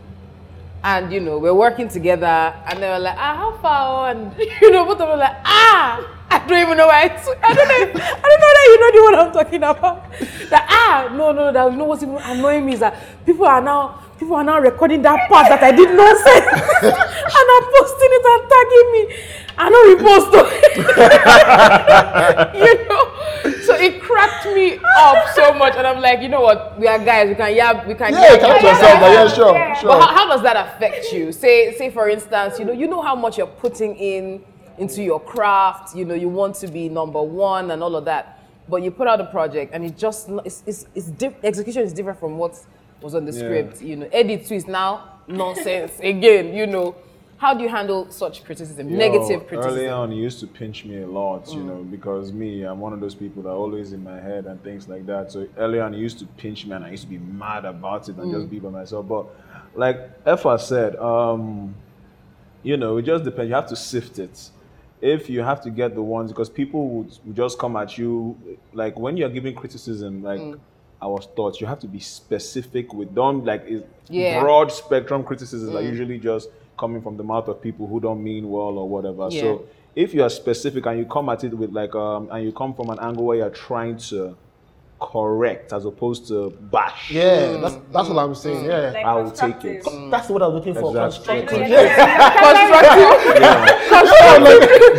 [SPEAKER 1] And you know, we're working together and they were like, ah, how far on? You know, both of them were like, ah, I don't even know why I took- I don't know if- I don't know that you know the one I'm talking about. That ah no no that you know what's even annoying me is that people are now people are now recording that part that I did not say and are posting it and tagging me. I know repost though. you know. So it cracked me up so much and I'm like, you know what, we are guys, we can yeah we can
[SPEAKER 4] Yeah, you
[SPEAKER 1] yab,
[SPEAKER 4] can
[SPEAKER 1] yab,
[SPEAKER 4] to yourself, but yeah, sure,
[SPEAKER 5] Yeah.
[SPEAKER 4] sure.
[SPEAKER 1] but how, how does that affect you? Say, say for instance, you know, you know how much you're putting in into your craft. You know, you want to be number one and all of that. But you put out a project, and it just no- it's it's, it's diff- execution is different from what was on the script. You know, edit too is now nonsense again. You know, how do you handle such criticism?
[SPEAKER 2] You know,
[SPEAKER 1] Negative criticism. Mm.
[SPEAKER 2] Early on, it used to pinch me a lot, you know, because me, I'm one of those people that always in my head and things like that. So early on, it used to pinch me, and I used to be mad about it and
[SPEAKER 1] Mm.
[SPEAKER 2] just be by myself. But like Efa said, um, you know, it just depends. You have to sift it. If you have to get the ones, because people would, would just come at you, like when you're giving criticism, like
[SPEAKER 1] Mm.
[SPEAKER 2] I was taught, you have to be specific with them. Like it's
[SPEAKER 1] Yeah.
[SPEAKER 2] broad spectrum criticisms are usually just coming from the mouth of people who don't mean well or whatever.
[SPEAKER 1] Yeah.
[SPEAKER 2] So if you are specific and you come at it with like, um, and you come from an angle where you're trying to correct as opposed to bash,
[SPEAKER 4] Yeah, that's, that's what I'm saying. Yeah,
[SPEAKER 1] Mm.
[SPEAKER 5] Like
[SPEAKER 2] I will take it.
[SPEAKER 5] constructive.
[SPEAKER 4] that's what I'm looking for.
[SPEAKER 2] Exactly.
[SPEAKER 4] Constructive.
[SPEAKER 5] Like,
[SPEAKER 4] Yeah.
[SPEAKER 1] Constructive.
[SPEAKER 4] Yeah, like,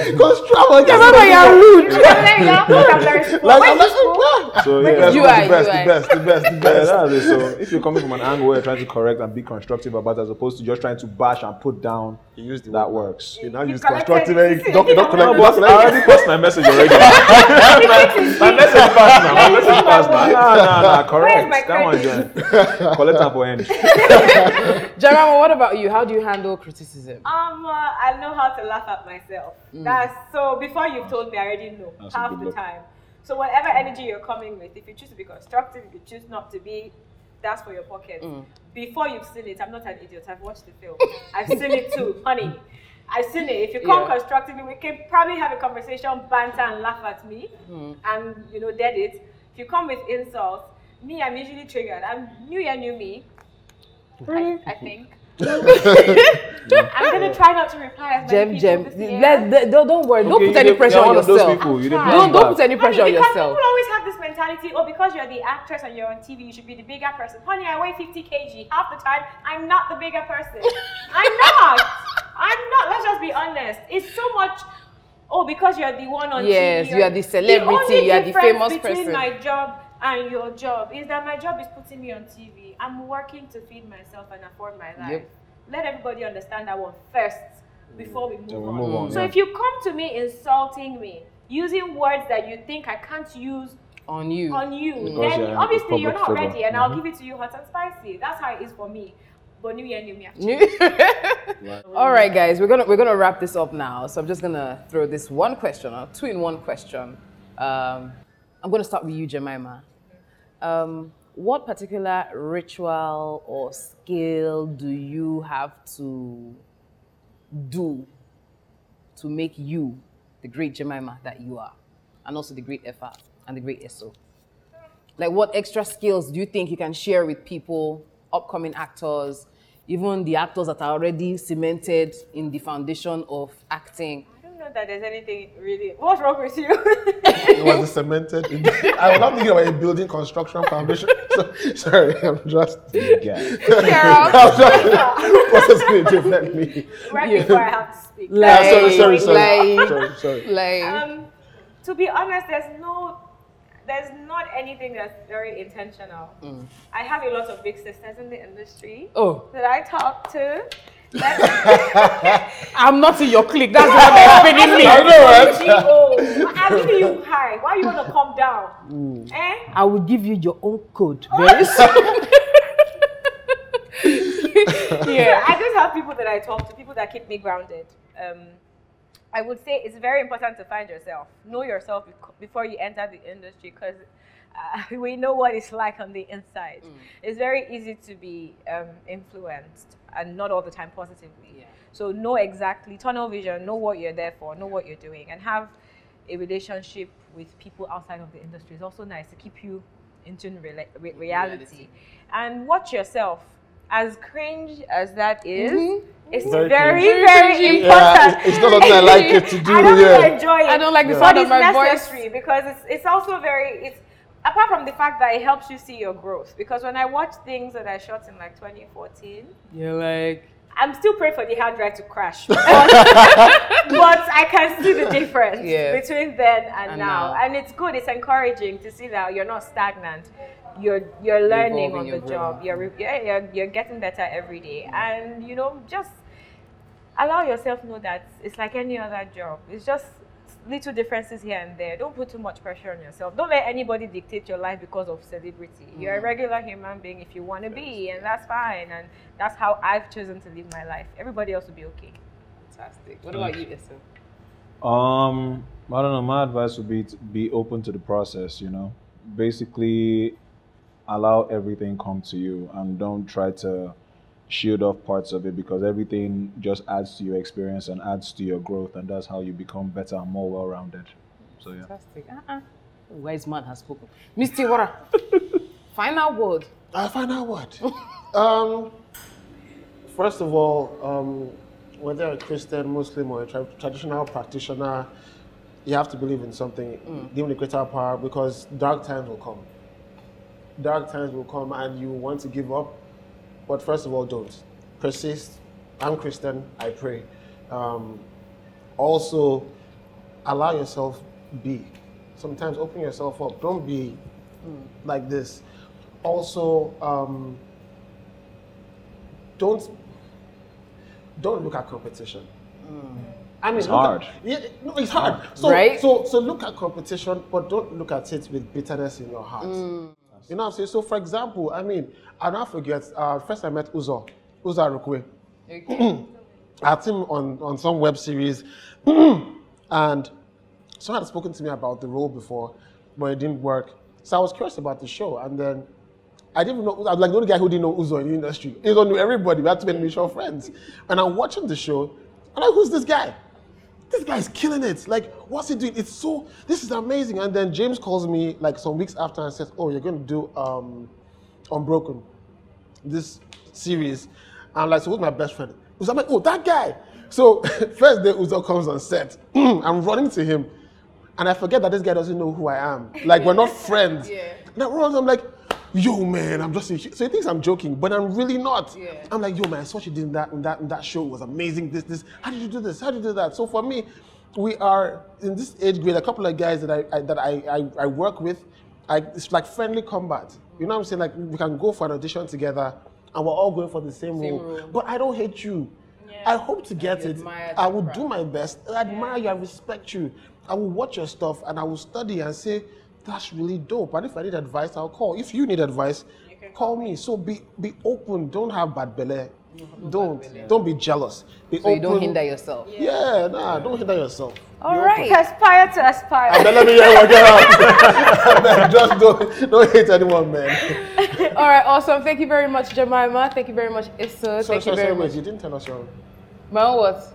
[SPEAKER 4] constructive.
[SPEAKER 5] You can learn your own and very small.
[SPEAKER 4] Like,
[SPEAKER 5] When
[SPEAKER 4] I'm
[SPEAKER 5] you
[SPEAKER 4] like, "Ah."
[SPEAKER 2] So yeah,
[SPEAKER 1] You
[SPEAKER 4] the
[SPEAKER 1] are, you
[SPEAKER 4] best,
[SPEAKER 1] are.
[SPEAKER 4] the best, the best, the
[SPEAKER 2] Yeah,
[SPEAKER 4] best.
[SPEAKER 2] that's it. So if you're coming from an angle where you're trying to correct and be constructive about it, as opposed to just trying to bash and put down,
[SPEAKER 4] You use the
[SPEAKER 2] that
[SPEAKER 4] word.
[SPEAKER 2] works.
[SPEAKER 4] You now
[SPEAKER 5] You
[SPEAKER 4] use
[SPEAKER 5] collected
[SPEAKER 4] constructive.
[SPEAKER 5] it.
[SPEAKER 4] eh? Don't, don't
[SPEAKER 2] No,
[SPEAKER 4] collect.
[SPEAKER 2] but I already passed my message already. my, my message passed now. My message passed now. Nah, nah, nah. Correct.
[SPEAKER 5] my
[SPEAKER 2] That one, John. Collect up for end.
[SPEAKER 1] Jerome, what about you? How do you handle criticism?
[SPEAKER 5] Um, uh, I know how to laugh at myself. That's so. Before you've told me, I already know
[SPEAKER 2] Mm. That's a
[SPEAKER 5] half
[SPEAKER 2] good
[SPEAKER 5] the
[SPEAKER 2] look.
[SPEAKER 5] time. So whatever energy you're coming with, if you choose to be constructive, if you choose not to be, that's for your pocket.
[SPEAKER 2] Mm.
[SPEAKER 5] Before you've seen it, I'm not an idiot. I've watched the film. I've seen it too, honey. I've seen it. If you come
[SPEAKER 1] Yeah.
[SPEAKER 5] constructively, we can probably have a conversation, banter, and laugh at me,
[SPEAKER 2] Mm.
[SPEAKER 5] and you know, dead it. If you come with
[SPEAKER 1] Mm.
[SPEAKER 5] insults, me, I'm usually triggered. I'm new year, new me. I, I think.
[SPEAKER 3] I'm gonna try not to reply as many
[SPEAKER 1] Gem, gem.
[SPEAKER 3] people this year.
[SPEAKER 1] Let, let- don't, don't worry. Don't
[SPEAKER 2] Okay,
[SPEAKER 1] put
[SPEAKER 2] you
[SPEAKER 1] any
[SPEAKER 2] did-
[SPEAKER 1] pressure
[SPEAKER 2] you're
[SPEAKER 1] on
[SPEAKER 2] one of those
[SPEAKER 1] yourself.
[SPEAKER 2] people, you didn't
[SPEAKER 3] Don't-
[SPEAKER 1] Don't,
[SPEAKER 2] plan
[SPEAKER 1] don't
[SPEAKER 2] back.
[SPEAKER 1] put any pressure on
[SPEAKER 3] because
[SPEAKER 1] yourself.
[SPEAKER 3] People always have this mentality, oh, because you're the actress and you're on TV, you should be the bigger person. Honey, I weigh 50 kg. Half the time, I'm not the bigger person. I'm not. I'm not. Let's just be honest. It's so much. Oh, because you're the one on
[SPEAKER 1] Yes,
[SPEAKER 3] TV.
[SPEAKER 1] you are the celebrity,
[SPEAKER 3] only
[SPEAKER 1] you are the
[SPEAKER 3] difference
[SPEAKER 1] famous
[SPEAKER 3] between
[SPEAKER 1] person.
[SPEAKER 3] my job and your job is that my job is putting me on TV. I'm working to feed myself and afford my life.
[SPEAKER 1] Yep.
[SPEAKER 3] Let everybody understand that one first before we move
[SPEAKER 2] Then we
[SPEAKER 3] on.
[SPEAKER 2] move on,
[SPEAKER 3] So
[SPEAKER 2] yeah.
[SPEAKER 3] if you come to me insulting me, using words that you think I can't use
[SPEAKER 1] On you.
[SPEAKER 3] on you,
[SPEAKER 2] Because
[SPEAKER 3] then
[SPEAKER 2] you're a
[SPEAKER 3] obviously
[SPEAKER 2] public
[SPEAKER 3] you're not
[SPEAKER 2] figure. Mm-hmm.
[SPEAKER 3] ready, and I'll give it to you hot and spicy. That's how it is for me. But new year, new me. actually.
[SPEAKER 1] All right, guys, we're gonna we're gonna wrap this up now. So I'm just gonna throw this one question, or two in one question. Um, I'm gonna start with you, Jemima. Um, what particular ritual or skill do you have to do to make you the great Jemima that you are, and also the great FR and the great SO? Like, what extra skills do you think you can share with people, upcoming actors, even the actors that are already cemented in the foundation of acting?
[SPEAKER 3] I don't know that there's anything really. What's wrong with you?
[SPEAKER 4] It was a cemented. I was not thinking about a building construction foundation. So, sorry, I'm just.
[SPEAKER 2] Yeah.
[SPEAKER 4] I'm just processing it differently.
[SPEAKER 3] right before I have to speak.
[SPEAKER 4] Yeah, sorry, sorry,
[SPEAKER 1] Like-
[SPEAKER 4] sorry.
[SPEAKER 1] like-
[SPEAKER 4] sorry, sorry.
[SPEAKER 1] Like,
[SPEAKER 3] Um, to be honest, there's no, there's not anything that's very intentional.
[SPEAKER 2] Mm.
[SPEAKER 3] I have a lot of big sisters in the industry
[SPEAKER 1] oh,
[SPEAKER 3] that I talk to.
[SPEAKER 1] I'm not in your clique. That's what they're paying me.
[SPEAKER 4] I know, right?
[SPEAKER 3] Oh, I'm giving you high. Why you want to come down? Eh?
[SPEAKER 1] I will give you your own code very soon. yeah.
[SPEAKER 3] I just have people that I talk to, people that keep me grounded. Um, I would say it's very important to find yourself, know yourself bec- before you enter the industry, because uh, we know what it's like on the inside. It's very easy to be um, influenced and not all the time positively. So know exactly, tunnel vision, know what you're there for, know what you're doing, and have a relationship with people outside of the industry is also nice to keep you in tune rela- with reality. and watch yourself. As cringe as that is,
[SPEAKER 1] Mm-hmm.
[SPEAKER 3] it's very,
[SPEAKER 4] Very
[SPEAKER 3] very,
[SPEAKER 4] cringy.
[SPEAKER 3] important.
[SPEAKER 4] Yeah, it's, it's not something I like it to do.
[SPEAKER 3] I don't really
[SPEAKER 4] Yeah.
[SPEAKER 3] enjoy it.
[SPEAKER 1] I don't like the
[SPEAKER 3] but
[SPEAKER 1] sound of
[SPEAKER 3] it's
[SPEAKER 1] my voice.
[SPEAKER 3] necessary because it's it's also very it's apart from the fact that it helps you see your growth. Because when I watch things that I shot in like 2014,
[SPEAKER 1] You're like,
[SPEAKER 3] I'm still praying for the hard drive to crash, but, but I can see the difference
[SPEAKER 1] Yeah.
[SPEAKER 3] between then and,
[SPEAKER 1] And
[SPEAKER 3] now.
[SPEAKER 1] now.
[SPEAKER 3] and it's good. It's encouraging to see that you're not stagnant. You're you're learning
[SPEAKER 1] evolving,
[SPEAKER 3] on
[SPEAKER 1] you're
[SPEAKER 3] the job.
[SPEAKER 1] growing.
[SPEAKER 3] You're, re- yeah, you're you're getting better every day, and you know just allow yourself know that it's like any other job. It's just little differences here and there. Don't put too much pressure on yourself. Don't let anybody dictate your life because of celebrity. You're
[SPEAKER 1] Mm.
[SPEAKER 3] a regular human being if you want to be, and that's fine. And that's how I've chosen to live my life. Everybody else will be okay.
[SPEAKER 1] fantastic. What about you, Esso?
[SPEAKER 2] Um, I don't know. My advice would be to be open to the process. You know, basically, allow everything come to you and don't try to shield off parts of it because everything just adds to your experience and adds to your growth, and that's how you become better and more well-rounded. So yeah.
[SPEAKER 1] Fantastic. Uh-uh. Wise man has spoken. Mr. Wara, final word.
[SPEAKER 4] I find out what. Um, first of all, um, whether a Christian, Muslim, or a tra- traditional practitioner, you have to believe in something, even a greater power, because dark times will come. Dark times will come, and you want to give up. But first of all, don't persist. I'm Christian. I pray. Um, also, allow yourself be. Sometimes open yourself up. Don't be like this. Also, um, don't don't look at competition. I mean,
[SPEAKER 2] It's
[SPEAKER 4] look at-
[SPEAKER 2] hard.
[SPEAKER 4] yeah, no, it's hard. So,
[SPEAKER 1] Right?
[SPEAKER 4] so, so look at competition, but don't look at it with bitterness in your heart. You know what I'm saying? So, for example, I mean, I don't forget. Uh, first, I met Uzo, Uzo Rukwe. I had him on, on some web series, and someone had spoken to me about the role before, but it didn't work. So I was curious about the show, and then I didn't know. I was like the only guy who didn't know Uzo in the industry. Uzo knew everybody. We had too many mutual friends. And I'm watching the show, and I'm like, who's this guy? This guy's killing it. Like, what's he doing? It's so. This is amazing. And then James calls me like some weeks after and says, "Oh, you're going to do um, Unbroken." this series. I'm like, so who's my best friend? Uzo, I'm like, oh, that guy. So first day Uzo comes on set, I'm running to him, and I forget that this guy doesn't know who I am. Like we're not friends.
[SPEAKER 1] Yeah.
[SPEAKER 4] And I run, I'm like, yo man, I'm just a hu-" so he thinks I'm joking, but I'm really not. I'm like, yo man, I saw what you did in that in that in that show It was amazing. This this, how did you do this? How did you do that? So for me, we are in this age grade. A couple of guys that I, I that I, I I work with, I, it's like friendly combat. You know what I'm saying? Like we can go for an audition together, and we're all going for the same, role. But I don't hate you. I hope to get it.
[SPEAKER 1] admire
[SPEAKER 4] I
[SPEAKER 1] the
[SPEAKER 4] will do my best. I admire you. I respect you. I will watch your stuff and I will study and say, that's really dope. And if I need advice, I'll call. If you need advice, call me. So be be open. Don't have bad belly. Don't don't be jealous. Be
[SPEAKER 1] So
[SPEAKER 4] open.
[SPEAKER 1] you don't hinder yourself.
[SPEAKER 4] Yeah, nah, don't hinder yourself.
[SPEAKER 1] All right.
[SPEAKER 3] Aspire to aspire.
[SPEAKER 4] Then let me hear what you have. Man, Just don't don't hate anyone, man.
[SPEAKER 1] All right, awesome. Thank you very much, Jemima. Thank you very much, Issa.
[SPEAKER 4] Sorry,
[SPEAKER 1] Thank you
[SPEAKER 4] sorry,
[SPEAKER 1] very
[SPEAKER 4] sorry,
[SPEAKER 1] much.
[SPEAKER 4] wait, you didn't tell us your
[SPEAKER 1] My own words.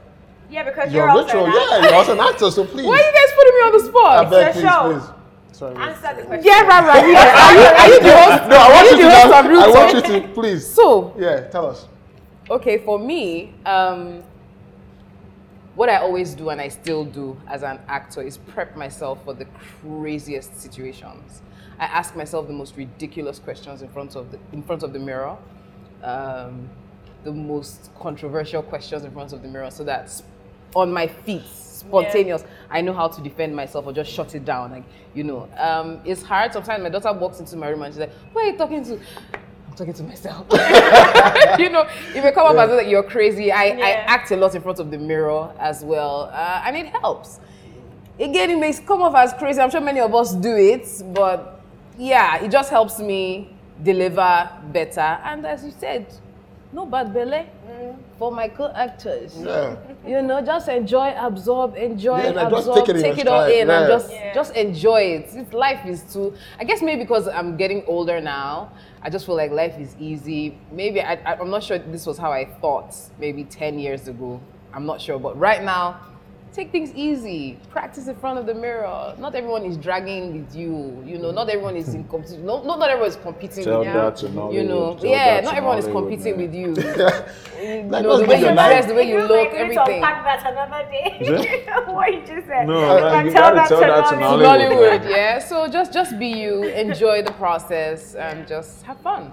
[SPEAKER 5] Yeah, because you're,
[SPEAKER 4] your
[SPEAKER 5] also
[SPEAKER 4] ritual.
[SPEAKER 5] an
[SPEAKER 4] Yeah,
[SPEAKER 5] actor.
[SPEAKER 4] you're also an actor, so please.
[SPEAKER 1] Why are you guys putting me on the
[SPEAKER 4] I
[SPEAKER 1] spot?
[SPEAKER 4] beg,
[SPEAKER 5] It's your show.
[SPEAKER 4] please, please. Sorry. wait.
[SPEAKER 5] Answer the question.
[SPEAKER 1] Yeah, right, right. Yeah. Are you, are you the host?
[SPEAKER 4] No, I
[SPEAKER 1] Are
[SPEAKER 4] want you to.
[SPEAKER 1] the host
[SPEAKER 4] now-
[SPEAKER 1] of Real
[SPEAKER 4] I
[SPEAKER 1] Talk?
[SPEAKER 4] want you to, please.
[SPEAKER 1] So,
[SPEAKER 4] Yeah, tell us.
[SPEAKER 1] okay, for me, um, what I always do and I still do as an actor is prep myself for the craziest situations. I ask myself the most ridiculous questions in front of the in front of the mirror, um, the most controversial questions in front of the mirror, so that's on my feet, spontaneous. I know how to defend myself or just shut it down. Like you know, um, it's hard sometimes. My daughter walks into my room and she's like, "Who are you talking to?" I'm talking to myself. you know, if you come up as like you're crazy, I, I
[SPEAKER 5] Yeah.
[SPEAKER 1] act a lot in front of the mirror as well, uh, and it helps. Again, it makes come off as crazy. I'm sure many of us do it, but yeah, it just helps me deliver better. And as you said, no bad belly Mm. for my co-actors.
[SPEAKER 4] Yeah.
[SPEAKER 1] You know, just enjoy, absorb, enjoy,
[SPEAKER 4] Yeah, like, just
[SPEAKER 1] absorb,
[SPEAKER 4] take it in
[SPEAKER 1] take
[SPEAKER 4] your
[SPEAKER 1] it all
[SPEAKER 4] stride,
[SPEAKER 1] in, and
[SPEAKER 4] yeah.
[SPEAKER 1] just just enjoy it. It's, life is too. I guess maybe because I'm getting older now, I just feel like life is easy. Maybe I, I, I'm not sure this was how I thought maybe 10 years ago. I'm not sure, but right now, take things easy. Practice in front of the mirror. Not everyone is dragging with you. You know, not everyone is in competition. No, not, not everyone is competing
[SPEAKER 2] Tell
[SPEAKER 1] with you.
[SPEAKER 2] that to
[SPEAKER 1] you
[SPEAKER 2] Nollywood.
[SPEAKER 1] know,
[SPEAKER 2] Tell
[SPEAKER 1] yeah,
[SPEAKER 2] that to
[SPEAKER 1] not everyone is
[SPEAKER 2] Nollywood,
[SPEAKER 1] competing
[SPEAKER 2] man.
[SPEAKER 1] with you. You
[SPEAKER 4] Like,
[SPEAKER 1] know,
[SPEAKER 4] just
[SPEAKER 1] Mm, the
[SPEAKER 4] live
[SPEAKER 1] way you
[SPEAKER 4] your
[SPEAKER 1] dress,
[SPEAKER 4] life.
[SPEAKER 1] the way you
[SPEAKER 5] Feels
[SPEAKER 1] look,
[SPEAKER 5] like We need to
[SPEAKER 1] everything.
[SPEAKER 5] unpack that another day.
[SPEAKER 2] Yeah.
[SPEAKER 5] what you just said.
[SPEAKER 2] No,
[SPEAKER 5] But
[SPEAKER 2] man, you gotta tell that to
[SPEAKER 5] Nollywood.
[SPEAKER 2] Nollywood.
[SPEAKER 1] Hollywood, yeah. So just just be you, enjoy the process, and just have fun.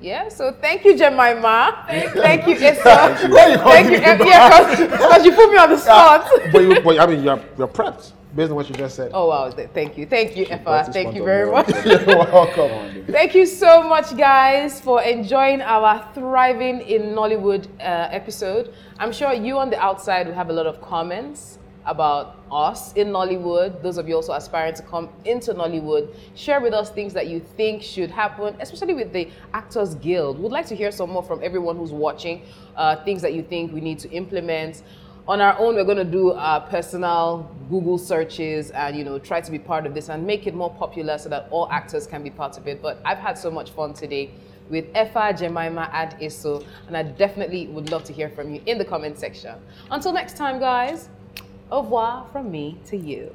[SPEAKER 1] Yeah. So thank you, Jemima. Thank you, Issa.
[SPEAKER 4] Why you
[SPEAKER 1] Thank
[SPEAKER 4] holding
[SPEAKER 1] you,
[SPEAKER 4] me back?
[SPEAKER 1] yeah, because you put me on the spot.
[SPEAKER 4] but you, but I mean, you're, you're prepped based on what you just said.
[SPEAKER 1] Oh wow! th- Thank you, thank you, Effa.
[SPEAKER 2] Practice
[SPEAKER 1] Thank you
[SPEAKER 2] front of
[SPEAKER 1] very
[SPEAKER 2] mirror.
[SPEAKER 1] much.
[SPEAKER 4] You're welcome.
[SPEAKER 1] Thank you so much, guys, for enjoying our Thriving in Nollywood uh, episode. I'm sure you on the outside will have a lot of comments about us in Nollywood. Those of you also aspiring to come into Nollywood, share with us things that you think should happen, especially with the Actors Guild. We'd like to hear some more from everyone who's watching, uh, things that you think we need to implement. On our own, we're going to do our personal Google searches and you know try to be part of this and make it more popular so that all actors can be part of it. But I've had so much fun today with Efa, Jemima, and Isso, and I definitely would love to hear from you in the comment section. Until next time, guys, au revoir from me to you.